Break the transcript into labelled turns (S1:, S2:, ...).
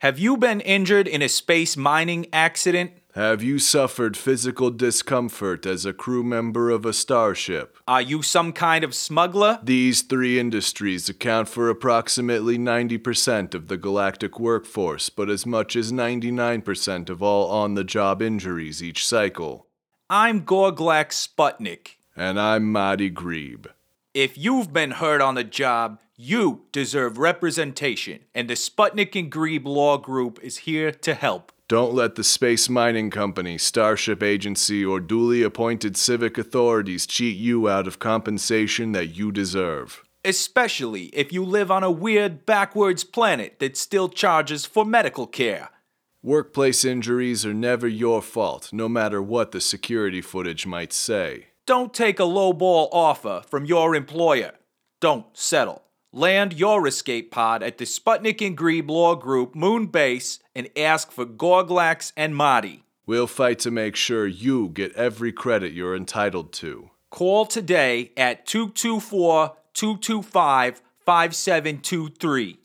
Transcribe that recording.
S1: Have you been injured in a space mining accident?
S2: Have you suffered physical discomfort as a crew member of a starship?
S1: Are you some kind of smuggler?
S2: These three industries account for approximately 90% of the galactic workforce, but as much as 99% of all on the job injuries each cycle.
S1: I'm Gorglak Sputnik.
S2: And I'm Marty Grebe.
S1: If you've been hurt on the job, you deserve representation, and the Sputnik and Grebe Law Group is here to help.
S2: Don't let the space mining company, starship agency, or duly appointed civic authorities cheat you out of compensation that you deserve.
S1: Especially if you live on a weird backwards planet that still charges for medical care.
S2: Workplace injuries are never your fault, no matter what the security footage might say.
S1: Don't take a lowball offer from your employer. Don't settle. Land your escape pod at the Sputnik and Grebe Law Group Moon Base and ask for Gorglax and Marty.
S2: We'll fight to make sure you get every credit you're entitled to.
S1: Call today at 224 225 5723.